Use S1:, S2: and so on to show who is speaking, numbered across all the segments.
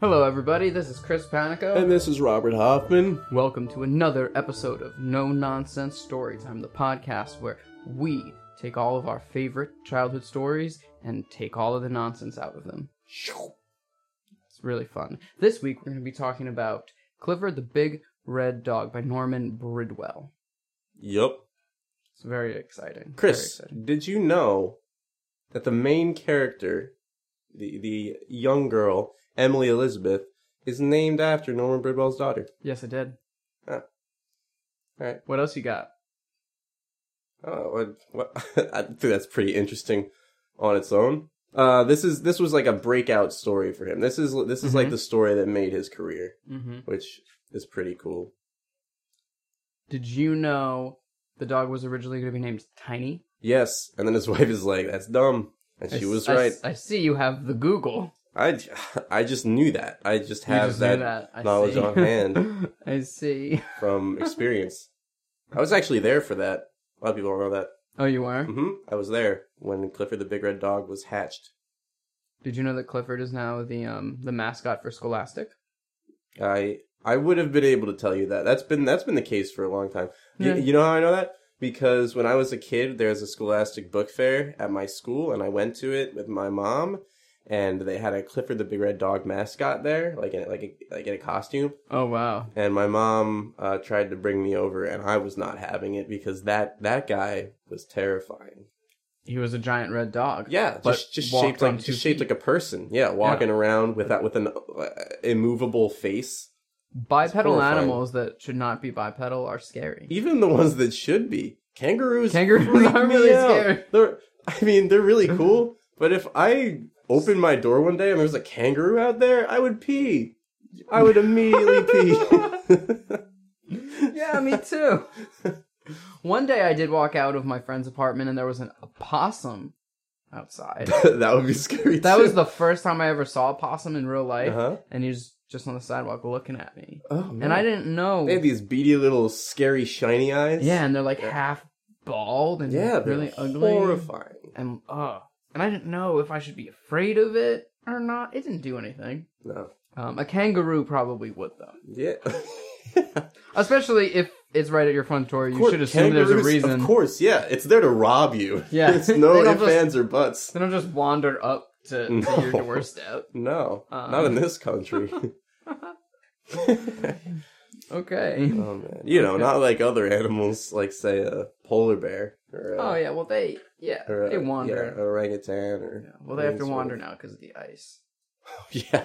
S1: Hello, everybody. This is Chris Panico.
S2: And this is Robert Hoffman.
S1: Welcome to another episode of No Nonsense Storytime, the podcast where we take all of our favorite childhood stories and take all of the nonsense out of them. It's really fun. This week, we're going to be talking about Clifford the Big Red Dog by Norman Bridwell.
S2: Yup.
S1: It's very exciting. very
S2: Chris,
S1: exciting.
S2: did you know that the main character, the the young girl Emily Elizabeth, is named after Norman Bridwell's daughter?
S1: Yes, I did.
S2: Huh. Alright.
S1: What else you got?
S2: Oh, what- what? I think that's pretty interesting on its own. Uh, this is this was like a breakout story for him. This is this is like
S1: Mhm.
S2: the story that made his career,
S1: Mm-hmm.
S2: which is pretty cool.
S1: Did you know the dog was originally going to be named Tiny?
S2: Yes, and then his wife is like, "That's dumb," and she
S1: I s-
S2: was
S1: I
S2: right.
S1: s- I see you have the Google.
S2: I, j- I just knew that. I just
S1: You
S2: have
S1: just
S2: that,
S1: knew that. I
S2: knowledge
S1: see.
S2: on hand.
S1: I see.
S2: from experience. I was actually there for that. A lot of people don't know that.
S1: Oh, you are?
S2: hmm I was there when Clifford the Big Red Dog was hatched.
S1: Did you know that Clifford is now the um the mascot for Scholastic?
S2: I I would have been able to tell you that. That's been that's been the case for a long time. You,
S1: Yeah.
S2: you know how I know that? Because when I was a kid, there was a Scholastic book fair at my school, and I went to it with my mom. And they had a Clifford the Big Red Dog mascot there, like in, like a, like in a costume.
S1: Oh wow.
S2: and my mom uh, tried to bring me over, and I was not having it because that that guy was terrifying.
S1: He was a giant red dog.
S2: Yeah,
S1: But
S2: just just
S1: walked
S2: shaped
S1: on
S2: like
S1: two
S2: just shaped
S1: feet.
S2: like a person. Yeah, walking around with that with an uh, immovable face.
S1: Bipedal
S2: horrifying.
S1: animals that should not be bipedal are scary.
S2: Even the ones that should be kangaroos.
S1: Kangaroos are
S2: freak me
S1: really
S2: out.
S1: scary.
S2: They're, I mean, they're really cool. But if I opened my door one day and there was a kangaroo out there, I would pee. I would immediately pee.
S1: yeah, me too. One day I did walk out of my friend's apartment and there was an opossum outside.
S2: that would be scary.
S1: That
S2: too.
S1: was the first time I ever saw a possum in real life,
S2: Uh-huh.
S1: and he was just on the sidewalk looking at me,
S2: Oh,
S1: and I didn't know.
S2: They have these beady little scary shiny eyes.
S1: Yeah, and they're like half bald and
S2: Yeah, they're
S1: really ugly.
S2: horrifying.
S1: and uh and I didn't know if I should be afraid of it or not. It didn't do anything.
S2: No.
S1: Um, a kangaroo probably would though,
S2: Yeah.
S1: especially if it's right at your front door. You should assume there's a
S2: Kangaroos,
S1: reason.
S2: Of course, yeah. It's there to rob you.
S1: Yeah.
S2: It's no
S1: They don't
S2: ifs,
S1: just-
S2: ands, or buts.
S1: They don't just wander up to, to
S2: No.
S1: your doorstep.
S2: No.
S1: Um.
S2: Not in this country.
S1: Okay.
S2: oh man. You know, not like other animals, like say a polar bear or a,
S1: Oh yeah. Well, they yeah
S2: or a-
S1: they wander.
S2: Uh, yeah, orangutan or
S1: Yeah, Well, they have to
S2: things
S1: wander now because of the ice.
S2: Yeah,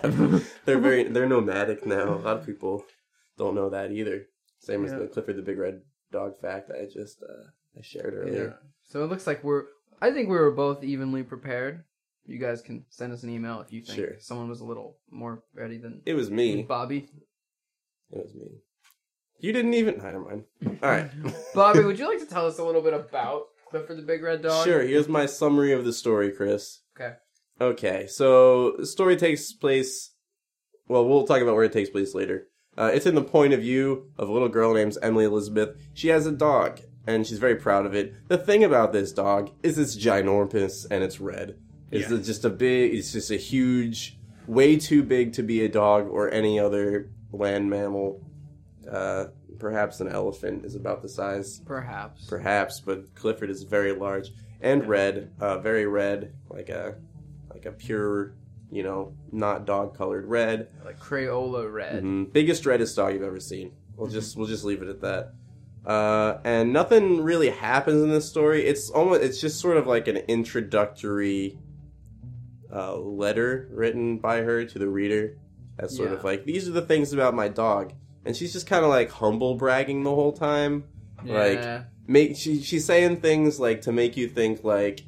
S2: they're very they're nomadic now. A lot of people don't know that either. Same as
S1: Yeah.
S2: the Clifford the Big Red Dog fact I just uh, I shared earlier.
S1: Yeah. So it looks like we're. I think we were both evenly prepared. You guys can send us an email if you think
S2: Sure.
S1: someone was a little more ready than
S2: It was me.
S1: Bobby.
S2: It was me. You didn't even. Never mind. All right.
S1: Bobby, would you like to tell us a little bit about Clifford the Big Red Dog?
S2: Sure. Here's my summary of the story, Chris.
S1: Okay.
S2: Okay. So the story takes place. Well, we'll talk about where it takes place later. Uh, it's in the point of view of a little girl named Emily Elizabeth. She has a dog, and she's very proud of it. The thing about this dog is it's ginormous and it's red. It's
S1: Yeah.
S2: just a big. It's just a huge, way too big to be a dog or any other land mammal. Uh, perhaps an elephant is about the size
S1: Perhaps.
S2: perhaps, but Clifford is very large and red, uh, very red, like a like a pure, you know, not dog colored red.
S1: Like Crayola Red. Mm-hmm.
S2: Mhm. Biggest reddest dog you've ever seen. We'll just we'll just leave it at that. Uh, and nothing really happens in this story. It's almost it's just sort of like an introductory uh, letter written by her to the reader. That's sort of
S1: Yeah.
S2: like these are the things about my dog, and she's just kind of like humble bragging the whole time Mm-hmm. like-
S1: yeah.
S2: make she she's saying things like to make you think like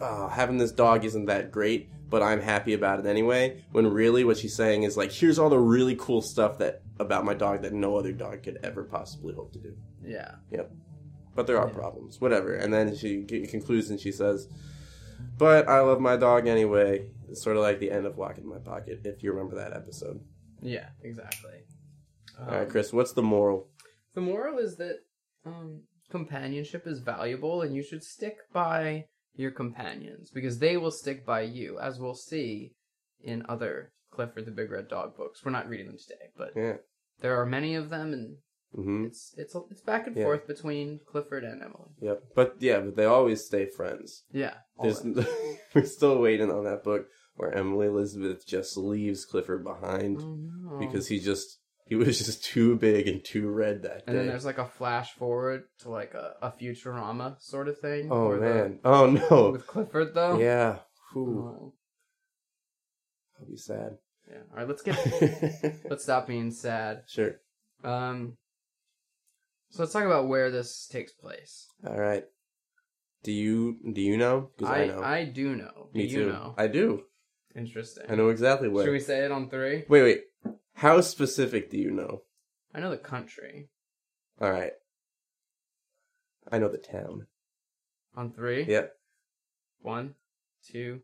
S2: oh, having this dog isn't that great but i'm happy about it anyway when really what she's saying is like here's all the really cool stuff that about my dog that no other dog could ever possibly hope to do
S1: Yeah.
S2: but there are
S1: Yeah.
S2: problems whatever and then she c- concludes and she says but i love my dog anyway it's sort of like the end of walk in my pocket if you remember that episode
S1: Yeah, exactly. Um,
S2: all right chris what's the moral
S1: The moral is that um, companionship is valuable and you should stick by your companions because they will stick by you, as we'll see in other Clifford the Big Red Dog books. We're not reading them today, but
S2: Yeah.
S1: there are many of them, and
S2: Mm-hmm.
S1: it's it's it's back and
S2: Yeah.
S1: forth between Clifford and Emily.
S2: Yep. But yeah, but they always stay friends.
S1: Yeah, all
S2: There's,
S1: of them.
S2: we're still waiting on that book where Emily Elizabeth just leaves Clifford behind
S1: Oh, no.
S2: because he just he was just too big and too red that
S1: and then
S2: day.
S1: there's like a flash forward to like a, a Futurama sort of thing.
S2: oh
S1: where the-
S2: man. Oh no.
S1: with Clifford though.
S2: Yeah. Whew.
S1: Oh,
S2: I'll be sad.
S1: yeah. All right, let's get let's stop being sad.
S2: sure.
S1: Um, so let's talk about where this takes place.
S2: All right. Do you do you know? Because I,
S1: I
S2: know.
S1: I do know. Do
S2: Me
S1: you
S2: too.
S1: know?
S2: I do.
S1: Interesting.
S2: I know exactly where.
S1: Should we say it on three?
S2: Wait, wait. How specific do you know?
S1: I know the country
S2: All right. I know the town.
S1: on three.
S2: Yep.
S1: One, two,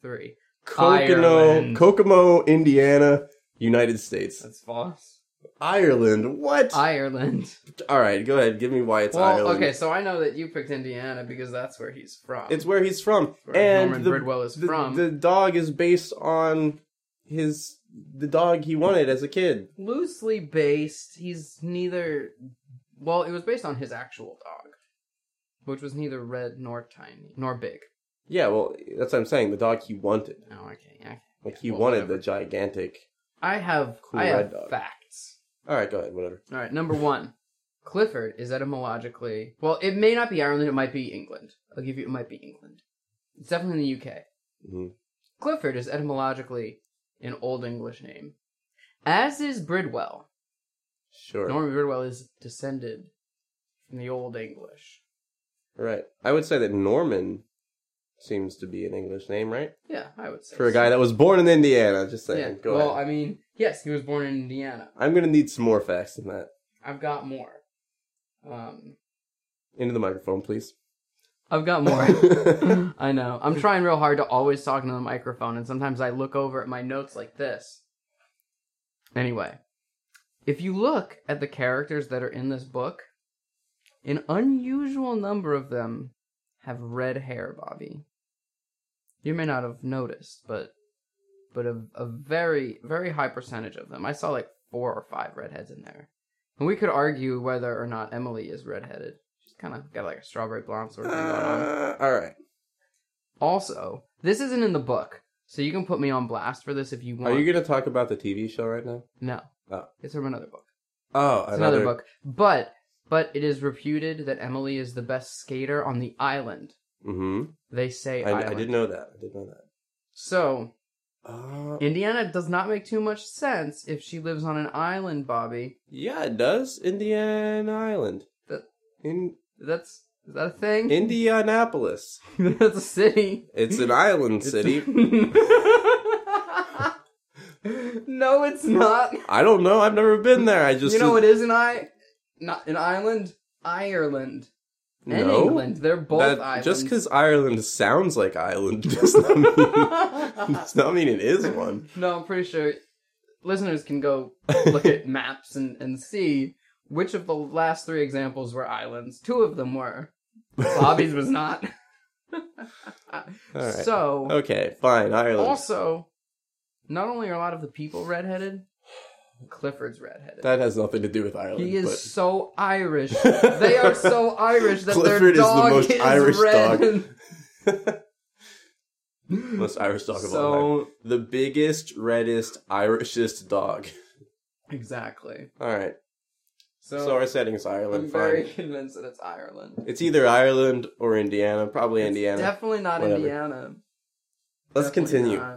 S1: three.
S2: Kokomo,
S1: Ireland.
S2: Kokomo, Indiana, United States.
S1: That's false.
S2: Ireland. What?
S1: Ireland.
S2: All right, go ahead. Give me why it's
S1: well,
S2: Ireland.
S1: okay, so I know that you picked Indiana because that's where he's from.
S2: It's where he's from,
S1: where
S2: and
S1: Norman
S2: the,
S1: Bridwell is
S2: the,
S1: from.
S2: the dog is based on his the dog he wanted as a kid.
S1: loosely based. He's neither. Well, it was based on his actual dog, which was neither red nor tiny nor big.
S2: Yeah, well, that's what I'm saying. The dog he wanted.
S1: No, I can't. I, can't-
S2: Like he
S1: well,
S2: wanted
S1: whatever.
S2: the gigantic.
S1: I have.
S2: Cool
S1: I
S2: red
S1: have
S2: dog.
S1: facts.
S2: All right, go ahead. Whatever.
S1: All right, number one. Clifford is etymologically well. It may not be Ireland. It might be England. I'll give you. It might be England. It's definitely in the UK.
S2: hmm
S1: Clifford is etymologically an Old English name, as is Bridwell.
S2: Sure.
S1: Norman Bridwell is descended from the Old English.
S2: right. I would say that Norman seems to be an English name, right?
S1: Yeah, I would say
S2: For a
S1: so.
S2: guy that was born in Indiana. Just saying.
S1: Yeah.
S2: Go
S1: well,
S2: ahead.
S1: I mean, yes, he was born in Indiana.
S2: I'm gonna need some more facts than that.
S1: I've got more. Um,
S2: Into the microphone, please.
S1: I've got more. I know. I'm trying real hard to always talk into the microphone, and sometimes I look over at my notes like this. Anyway, if you look at the characters that are in this book, an unusual number of them have red hair, Bobby. You may not have noticed, but but a, a very very high percentage of them. I saw like four or five redheads in there, and we could argue whether or not Emily is redheaded. She's kind of got like a strawberry blonde sort of thing going on.
S2: Uh, all right.
S1: Also, this isn't in the book, so you can put me on blast for this if you want.
S2: Are you gonna talk about the TV show right now?
S1: No.
S2: Oh.
S1: It's from another book.
S2: Oh,
S1: It's another, book. But but it is reputed that Emily is the best skater on the island.
S2: Mm-hmm.
S1: They say
S2: I,
S1: island.
S2: I did know that. I did know that.
S1: So
S2: Uh,
S1: Indiana does not make too much sense if she lives on an island, Bobby.
S2: yeah, it does. Indiana Island.
S1: The-
S2: In
S1: That's is that a thing?
S2: Indianapolis.
S1: That's a city.
S2: It's an island
S1: It's-
S2: city.
S1: no, it's not.
S2: I don't know. I've never been there. I just
S1: you know what is an I not an island? Ireland. and
S2: No.
S1: England. They're both
S2: That-
S1: islands.
S2: just because Ireland sounds like Ireland does not mean does not mean it is one.
S1: no, I'm pretty sure listeners can go look at maps and, and see which of the last three examples were islands. Two of them were. Bobby's was not.
S2: All right.
S1: So
S2: okay, fine. Ireland.
S1: also, not only are a lot of the people redheaded, Clifford's redheaded.
S2: That has nothing to do with Ireland.
S1: he is
S2: but-
S1: so Irish. they are so Irish that their
S2: Clifford is the
S1: dog
S2: most Irish
S1: red.
S2: dog. Most Irish dog of all time.
S1: so
S2: The biggest, reddest, Irishest dog.
S1: exactly.
S2: All right.
S1: So,
S2: so our setting's Ireland.
S1: I'm
S2: Fine.
S1: very convinced that it's Ireland.
S2: It's either Ireland or Indiana. Probably
S1: It's
S2: Indiana.
S1: definitely not
S2: Whatever.
S1: Indiana.
S2: Let's
S1: Definitely
S2: continue.
S1: not.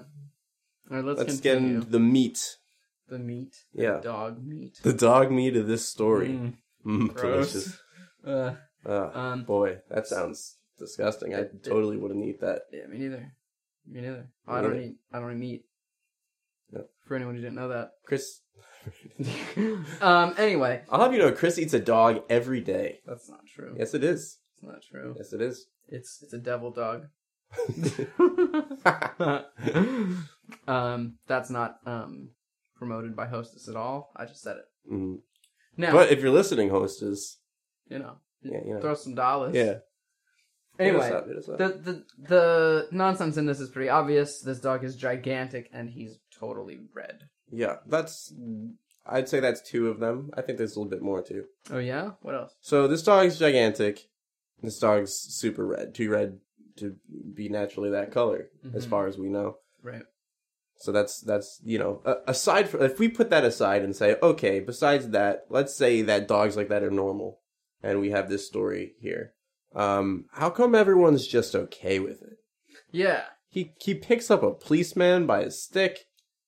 S1: All right, let's,
S2: Let's get
S1: continue.
S2: into the meat.
S1: the meat.
S2: Yeah.
S1: Dog meat.
S2: The dog meat of this story.
S1: Mm,
S2: Mm,
S1: gross.
S2: delicious.
S1: Uh,
S2: Ah,
S1: um,
S2: boy, that sounds disgusting. I
S1: It- it-
S2: totally wouldn't eat that.
S1: yeah, me neither. Me neither. Oh,
S2: Me
S1: I don't
S2: neither.
S1: eat. I don't eat meat.
S2: Yep.
S1: For anyone who didn't know that.
S2: Chris,
S1: um. Anyway,
S2: I'll have you know, Chris eats a dog every day.
S1: that's not true.
S2: Yes, it is.
S1: It's not true.
S2: Yes, it is.
S1: It's it's a devil dog. um. That's not um promoted by Hostess at all. I just said it.
S2: Mm.
S1: Now
S2: But if you're listening, hostess,
S1: you know.
S2: yeah, you know.
S1: Throw some dollars.
S2: yeah. Hit us
S1: Anyway,
S2: up, hit us up.
S1: the, the the nonsense in this is pretty obvious. This dog is gigantic and he's totally red.
S2: Yeah, that's. I'd say that's two of them. I think there's a little bit more too.
S1: Oh yeah, what else?
S2: So this dog's gigantic. This dog's super red, too red to be naturally that color, as
S1: Mhm.
S2: far as we know.
S1: Right.
S2: So that's that's you know a- aside from if we put that aside and say okay, besides that, let's say that dogs like that are normal, and we have this story here. Um, how come everyone's just okay with it?
S1: Yeah.
S2: He he picks up a policeman by his stick.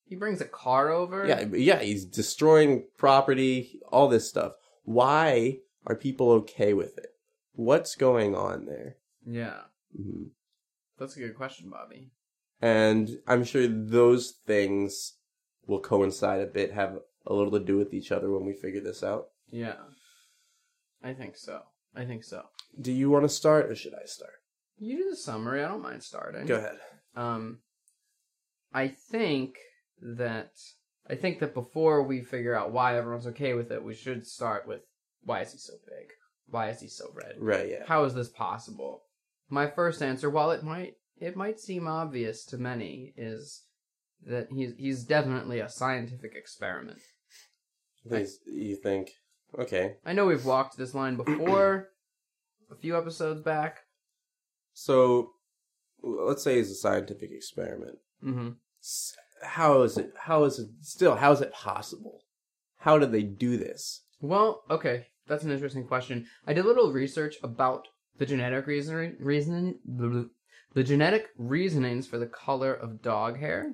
S1: He brings a car over.
S2: Yeah, yeah, he's destroying property, all this stuff. Why are people okay with it? What's going on there?
S1: Yeah.
S2: Mhm.
S1: That's a good question, Bobby.
S2: And I'm sure those things will coincide a bit, have a little to do with each other when we figure this out.
S1: Yeah. I think so. I think so.
S2: Do you want to start or should I start?
S1: You do the summary. I don't mind starting.
S2: Go ahead.
S1: Um, I think that I think that before we figure out why everyone's okay with it, we should start with why is he so big? Why is he so red?
S2: Right, yeah.
S1: How is this possible? My first answer, while it might it might seem obvious to many, is that he's he's definitely a scientific experiment.
S2: Things you think, okay.
S1: I know we've walked this line before, a few episodes back.
S2: So let's say it's a scientific experiment.
S1: hmm
S2: s- how is it how is it still how is it possible how did they do this
S1: Well, okay, that's an interesting question. I did a little research about the genetic reason reason the genetic reasonings for the color of dog hair.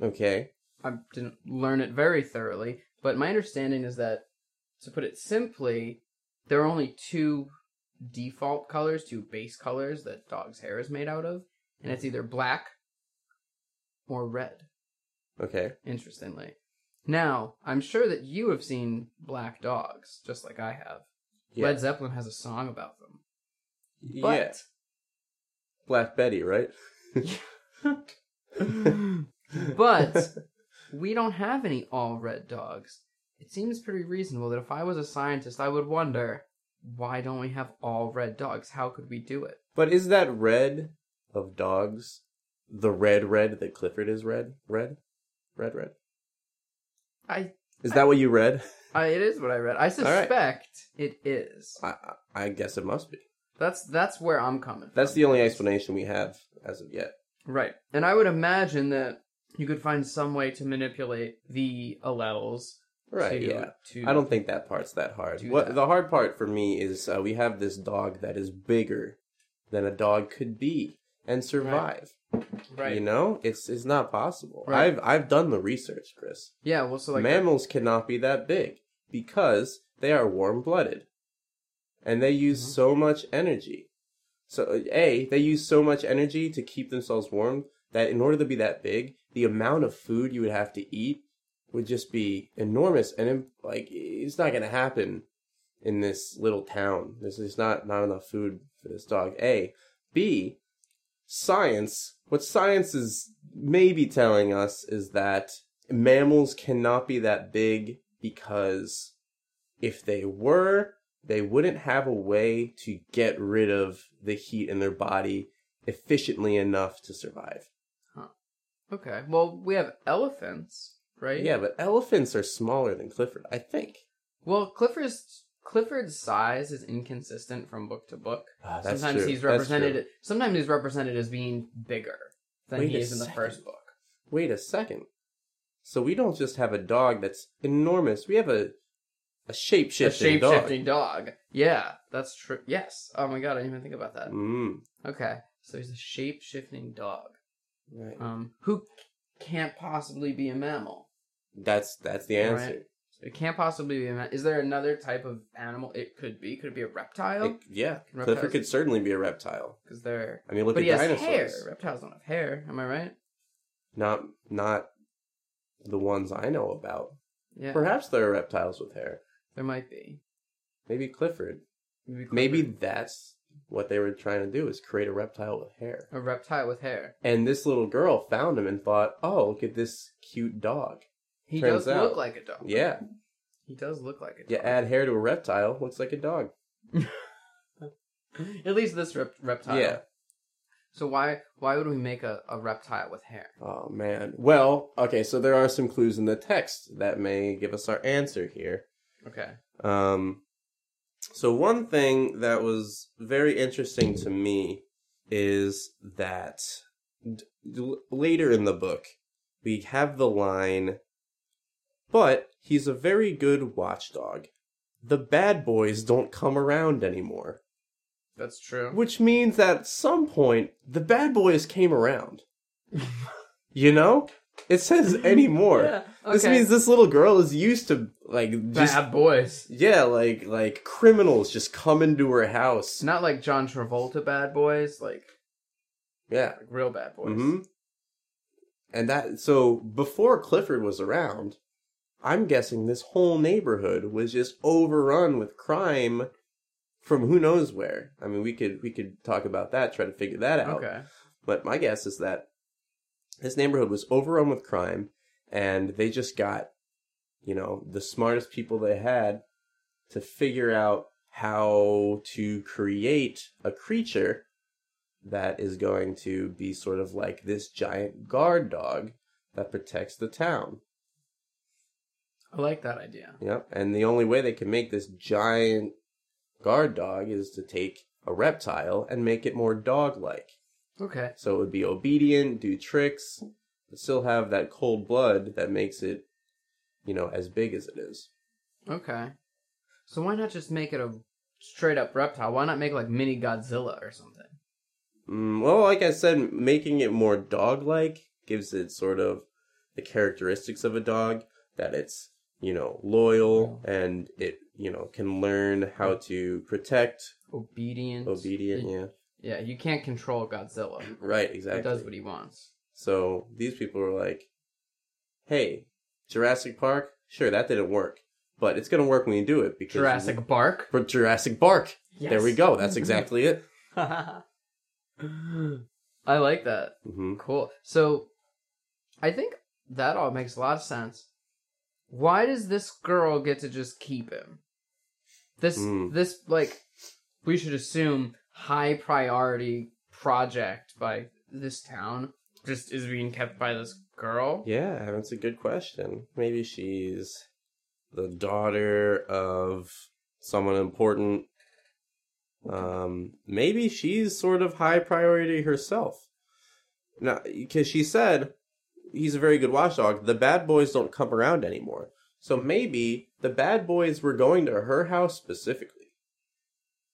S2: okay
S1: I didn't learn it very thoroughly, but my understanding is that, to put it simply, there are only two default colors, two base colors that dog's hair is made out of, and it's either black or red.
S2: okay
S1: Interestingly, now I'm sure that you have seen black dogs, just like I have.
S2: yeah
S1: Led Zeppelin has a song about them.
S2: yeah
S1: But
S2: black betty right
S1: but we don't have any all red dogs. It seems pretty reasonable that if I was a scientist, I would wonder why don't we have all red dogs? How could we do it?
S2: but is that red of dogs the red red that clifford is red red red red
S1: I,
S2: is that what you read
S1: I it is what I read. I
S2: right.
S1: suspect it is.
S2: I, I I guess it must be
S1: That's that's where I'm coming.
S2: that's
S1: from.
S2: the only explanation we have as of yet
S1: Right. And I would imagine that you could find some way to manipulate the allels.
S2: right
S1: to-
S2: yeah
S1: To,
S2: I don't think that part's that hard.
S1: do
S2: What
S1: that.
S2: the hard part for me is uh, we have this dog that is bigger than a dog could be and survive.
S1: Right.
S2: You know, it's it's not possible.
S1: Right.
S2: I've I've done the research, Chris.
S1: yeah. Well, so like
S2: Mammals cannot be that big because they are warm-blooded, and they use
S1: Mhm.
S2: so much energy. So uh, a they use so much energy to keep themselves warm that in order to be that big, the amount of food you would have to eat would just be enormous, and im- like it's not going to happen in this little town. There's just not not enough food for this dog. A, B, science. What science is maybe telling us is that mammals cannot be that big because if they were, they wouldn't have a way to get rid of the heat in their body efficiently enough to survive.
S1: okay. Well, we have elephants, right?
S2: Yeah, but elephants are smaller than Clifford, I think.
S1: Well, Clifford's Clifford's size is inconsistent from book to book.
S2: Ah, that's
S1: Sometimes
S2: true.
S1: he's
S2: That's
S1: represented.
S2: true.
S1: Sometimes he's represented as being bigger than
S2: Wait
S1: he
S2: a
S1: is in the
S2: second.
S1: first book.
S2: Wait a second. So we don't just have a dog that's enormous. We have a a shape
S1: A
S2: shifting
S1: shape
S2: dog.
S1: shifting dog. Yeah, that's true. Yes. Oh my god, I didn't even think about that.
S2: Mm,
S1: Okay, so he's a shape shifting dog.
S2: right.
S1: Um, who c- can't possibly be a mammal?
S2: That's that's the
S1: All right.
S2: answer.
S1: It can't possibly be a. Ma- is there another type of animal? It could be. Could it be a reptile?
S2: It- yeah,
S1: Reptiles.
S2: Clifford could certainly be a reptile.
S1: Because they're.
S2: I mean, look
S1: But
S2: at
S1: he has hair.
S2: dinosaurs.
S1: Reptiles don't have hair. Am I right?
S2: Not not the ones I know about.
S1: Yeah.
S2: Perhaps there are reptiles with hair.
S1: There might be.
S2: Maybe Clifford.
S1: Maybe,
S2: Maybe
S1: Clifford-
S2: that's what they were trying to do is create a reptile with hair.
S1: a reptile with hair.
S2: And this little girl found him and thought, "Oh, look at this cute dog."
S1: He
S2: Turns
S1: does look
S2: out-
S1: like a dog.
S2: Yeah,
S1: He does look like a dog.
S2: you add hair to a reptile, looks like a dog.
S1: At least this rep- reptile.
S2: Yeah.
S1: So why why would we make a, a reptile with hair?
S2: Oh man. Well, okay, so there are some clues in the text that may give us our answer here.
S1: Okay.
S2: Um so one thing that was very interesting to me is that d- d- later in the book we have the line but he's a very good watchdog. The bad boys don't come around anymore.
S1: That's true.
S2: Which means that at some point, the bad boys came around. you know? It says anymore. This means this little girl is used to, like, just.
S1: bad boys.
S2: Yeah, like, like criminals just come into her house.
S1: It's not like John Travolta bad boys, like,
S2: Yeah.
S1: like real bad boys.
S2: hmm And that. So, before Clifford was around, I'm guessing this whole neighborhood was just overrun with crime from who knows where. I mean, we could we could talk about that, try to figure that out.
S1: Okay.
S2: But my guess is that this neighborhood was overrun with crime, and they just got, you know, the smartest people they had to figure out how to create a creature that is going to be sort of like this giant guard dog that protects the town.
S1: I like that idea.
S2: Yep. And the only way they can make this giant guard dog is to take a reptile and make it more dog like.
S1: Okay.
S2: So it would be obedient, do tricks, but still have that cold blood that makes it, you know, as big as it is.
S1: Okay. So why not just make it a straight up reptile? Why not make like mini Godzilla or something?
S2: Mm, well, like I said, making it more dog like gives it sort of the characteristics of a dog that it's, you know, loyal and it, you know, can learn how to protect,
S1: Obedient.
S2: obedient.
S1: You-
S2: Yeah.
S1: Yeah, you can't control Godzilla.
S2: Right,
S1: He
S2: exactly.
S1: does what he wants.
S2: So these people were like, hey, Jurassic Park, sure, that didn't work. But it's gonna work when you do it because
S1: Jurassic Bark.
S2: for Jurassic Bark. There we go.
S1: Mm-hmm.
S2: That's exactly it.
S1: I like that.
S2: hmm
S1: Cool. So, I think that all makes a lot of sense. Why does this girl get to just keep him? This,
S2: Hmm.
S1: this, like, we should assume high priority project by this town just is being kept by this girl.
S2: Yeah, that's a good question. Maybe she's the daughter of someone important. Um, maybe she's sort of high priority herself. Now, because she said he's a very good watchdog. The bad boys don't come around anymore. So maybe the bad boys were going to her house specifically.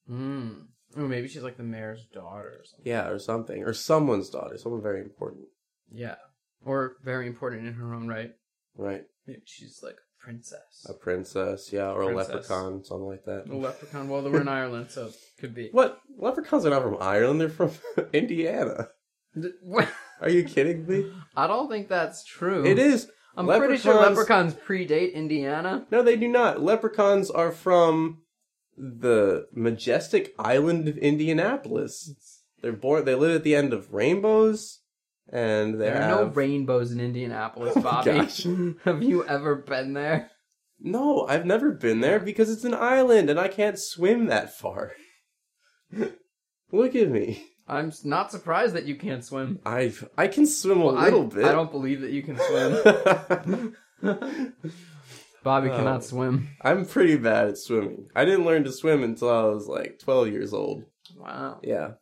S1: Hmm. Or maybe she's like the mayor's daughter or something.
S2: Yeah, or something. Or someone's daughter, someone very important.
S1: Yeah. Or very important in her own right.
S2: Right.
S1: Maybe she's like a princess.
S2: A princess, yeah, or
S1: Princess.
S2: a leprechaun, something like that.
S1: A leprechaun. Well, they were in Ireland, so could be.
S2: What? Leprechauns are not from Ireland, they're from Indiana. Are you kidding me?
S1: I don't think that's true.
S2: It is.
S1: I'm pretty sure
S2: Leprechauns-
S1: leprechauns predate Indiana.
S2: No, they do not. Leprechauns are from the majestic island of Indianapolis. They're born they live at the end of rainbows and they
S1: There are
S2: have
S1: no rainbows in Indianapolis,
S2: Oh my
S1: Bobby.
S2: gosh.
S1: Have you ever been there?
S2: No, I've never been there because it's an island and I can't swim that far. Look at me.
S1: I'm s- not surprised that you can't swim.
S2: I I can swim a
S1: Well, I-
S2: little bit.
S1: I don't believe that you can swim.
S2: swim.
S1: Bobby
S2: Oh.
S1: cannot swim.
S2: I'm pretty bad at swimming. I didn't learn to swim until I was like 12 years old.
S1: Wow.
S2: Yeah.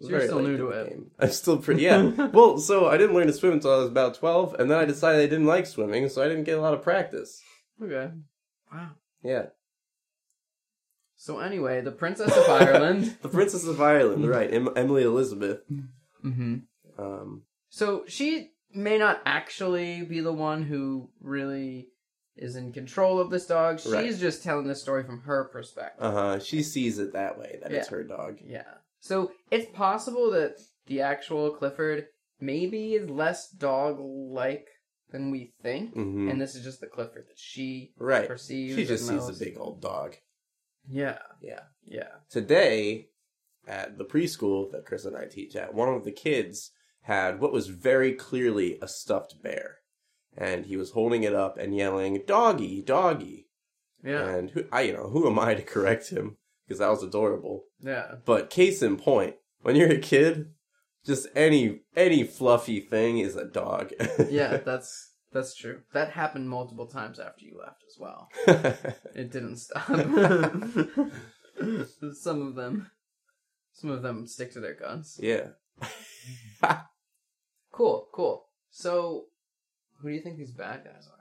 S1: So you're
S2: Very
S1: still
S2: late
S1: new to
S2: the
S1: it.
S2: game. I'm still pretty, yeah. well, so I didn't learn to swim until I was about 12, and then I decided I didn't like swimming, so I didn't get a lot of practice.
S1: Okay. Wow.
S2: Yeah.
S1: So anyway, the Princess of Ireland.
S2: The Princess of Ireland, right. Em- Emily Elizabeth.
S1: hmm
S2: Um,
S1: So she may not actually be the one who really is in control of this dog. She's
S2: Right.
S1: just telling the story from her perspective.
S2: uh huh. She sees it that way, that it's
S1: Yeah.
S2: her dog.
S1: Yeah. So it's possible that the actual Clifford maybe is less dog like than we think.
S2: hmm
S1: And this is just the Clifford that she
S2: right.
S1: perceives.
S2: She just
S1: and
S2: sees a
S1: knows.
S2: big old dog.
S1: Yeah.
S2: Yeah.
S1: Yeah.
S2: today at the preschool that Chris and I teach at, one of the kids had what was very clearly a stuffed bear. And he was holding it up and yelling, Doggy, doggy.
S1: Yeah.
S2: And who, I, you know, who am I to correct him? Because that was adorable.
S1: Yeah.
S2: But case in point, when you're a kid, just any any fluffy thing is a dog.
S1: yeah, that's that's true. That happened multiple times after you left as well. It didn't stop. some of them, some of them stick to their guns.
S2: yeah.
S1: Cool, cool. So, who do you think these bad guys are?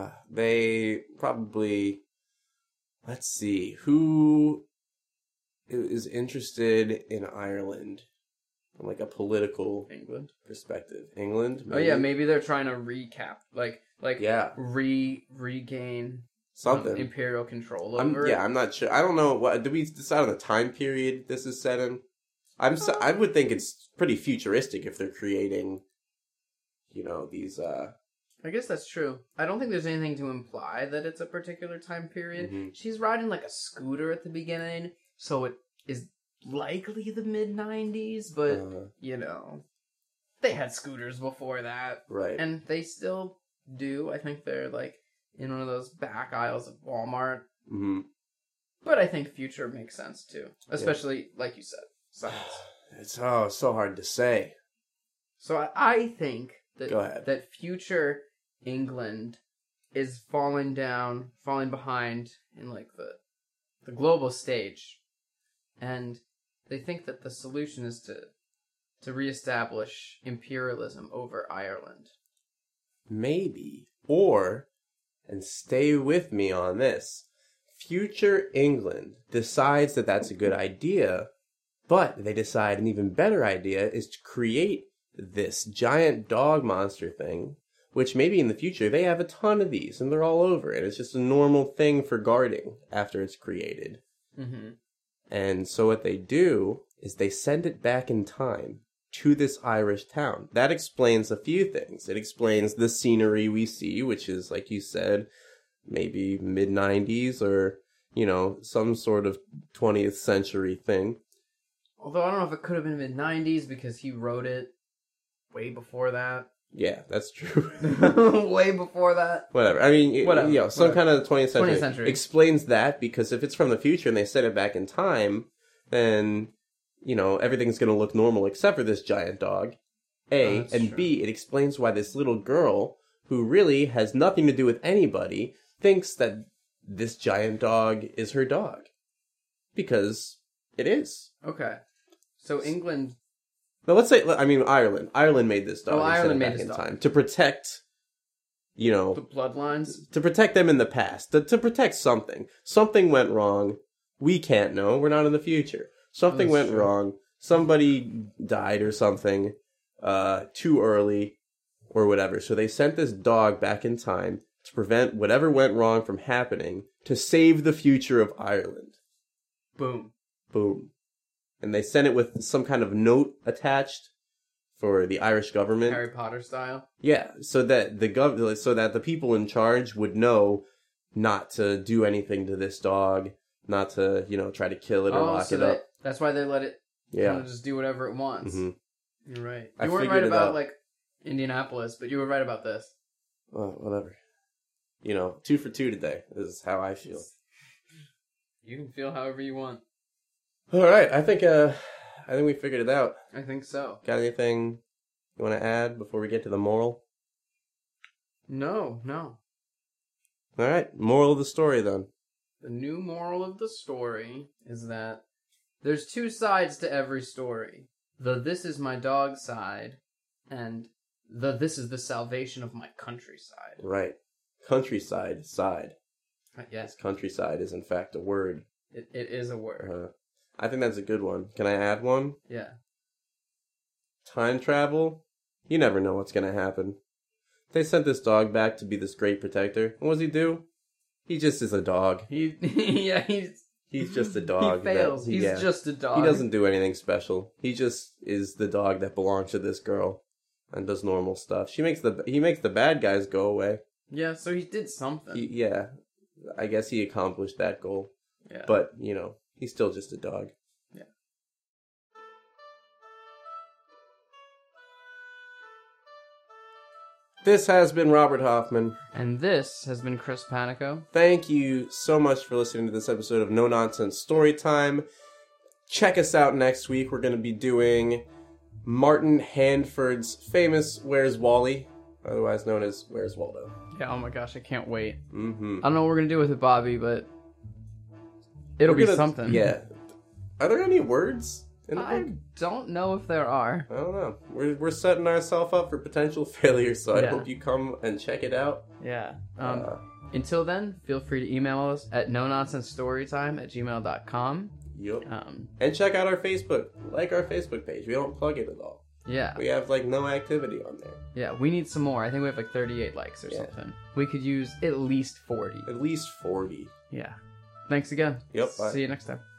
S2: Uh, they probably let's see who is interested in Ireland from like a political
S1: England.
S2: perspective. England.
S1: Oh yeah, maybe they're trying to recap, like like
S2: Yeah,
S1: re regain um,
S2: something.
S1: imperial control
S2: I'm,
S1: over. it.
S2: yeah, I'm not sure. I don't know. What do we decide on the time period this is set in? I'm. So, I would think it's pretty futuristic if they're creating, you know, these. uh
S1: I guess that's true. I don't think there's anything to imply that it's a particular time period.
S2: mhm.
S1: She's riding like a scooter at the beginning, so it is likely the mid 90s, but
S2: Uh,
S1: you know, they had scooters before that,
S2: right.
S1: and they still do. I think they're like in one of those back aisles of Walmart,
S2: hmm
S1: but I think future makes sense too, especially like you said, science.
S2: It's oh, so hard to say.
S1: So I, I think that
S2: Go ahead.
S1: that future England is falling down, falling behind in like the the global stage, and they think that the solution is to to reestablish imperialism over Ireland.
S2: Maybe. Or, and stay with me on this, future England decides that that's a good idea, but they decide an even better idea is to create this giant dog monster thing, which maybe in the future they have a ton of these and they're all over, and it's just a normal thing for guarding after it's created.
S1: Mm-hmm.
S2: And so what they do is they send it back in time to this Irish town. That explains a few things. It explains the scenery we see, which is, like you said, maybe mid 90s or, you know, some sort of 20th century thing.
S1: Although I don't know if it could have been mid '90s because he wrote it way before that,
S2: Yeah, that's true.
S1: way before that.
S2: Whatever. I mean, it-
S1: Whatever,
S2: you know, some
S1: whatever.
S2: kind of 20th century,
S1: 20th century.
S2: explains that because if it's from the future and they set it back in time, then, you know, everything's going to look normal except for this giant dog.
S1: Oh,
S2: A.
S1: that's
S2: and
S1: true.
S2: B, it explains why this little girl, who really has nothing to do with anybody, thinks that this giant dog is her dog. Because it is.
S1: Okay, so England
S2: Now let's say, I mean, Ireland. Ireland made this dog.
S1: Oh,
S2: and sent
S1: Ireland
S2: it
S1: made
S2: back
S1: this
S2: in
S1: dog.
S2: time to protect, you know,
S1: the bloodlines.
S2: to protect them in the past, to, to protect something. Something went wrong. We can't know. We're not in the future. Something
S1: That's
S2: went
S1: true.
S2: wrong. Somebody died or something uh, too early or whatever. So they sent this dog back in time to prevent whatever went wrong from happening to save the future of Ireland.
S1: Boom.
S2: Boom. And they sent it with some kind of note attached for the Irish government.
S1: Harry Potter style.
S2: Yeah, so that the gov, so that the people in charge would know not to do anything to this dog, not to you know try to kill it
S1: Oh,
S2: or lock it
S1: they-
S2: up.
S1: that's why they let it kind
S2: Yeah,
S1: of just do whatever it wants.
S2: Mhm.
S1: You're right.
S2: I
S1: You weren't
S2: figured
S1: right
S2: it
S1: about
S2: out.
S1: like Indianapolis, but you were right about this.
S2: well, whatever. You know, two for two today is how I feel.
S1: You can feel however you want.
S2: All right, I think uh, I think we figured it out.
S1: I think so.
S2: Got anything you want to add before we get to the moral?
S1: No, no.
S2: All right, moral of the story then.
S1: The new moral of the story is that there's two sides to every story. The this is my dog side and the this is the salvation of my countryside.
S2: Right, countryside side.
S1: Yes,
S2: Yes, countryside is in fact a word.
S1: it, it is a word.
S2: Uh, I think that's a good one. Can I add one?
S1: Yeah.
S2: time travel, you never know what's going to happen. They sent this dog back to be this great protector. And what does he do? He just is a dog.
S1: He yeah, he's
S2: He's just a dog.
S1: He
S2: that-
S1: fails. He's
S2: yeah.
S1: just a dog.
S2: He doesn't do anything special. He just is the dog that belongs to this girl and does normal stuff. She makes the he makes the bad guys go away.
S1: Yeah, so he did something.
S2: He, yeah. I guess he accomplished that goal.
S1: yeah.
S2: But, you know, he's still just a dog. This has been Robert Hoffman.
S1: and this has been Chris Panico.
S2: Thank you so much for listening to this episode of No Nonsense Storytime. Check us out next week. We're going to be doing Martin Hanford's famous Where's Wally, otherwise known as Where's Waldo.
S1: Yeah, oh my gosh, I can't wait.
S2: Mm-hmm.
S1: I don't know what we're gonna do with it, Bobby, but it'll be something.
S2: Yeah. Are there any words in the
S1: I
S2: book?
S1: don't know if there are.
S2: I don't know. We're, we're setting ourselves up for potential failure, so I
S1: Yeah.
S2: hope you come and check it out.
S1: Yeah. Um,
S2: Uh,
S1: until then, feel free to email us at no nonsense storytime at gmail.com.
S2: yup.
S1: Um,
S2: And check out our Facebook. Like our Facebook page. We don't plug it at all.
S1: yeah.
S2: We have like no activity on there.
S1: Yeah, we need some more. I think we have like 38 likes or
S2: Yeah.
S1: something. We could use at least 40.
S2: At least 40.
S1: Yeah. Thanks again.
S2: Yep, bye.
S1: See you next time.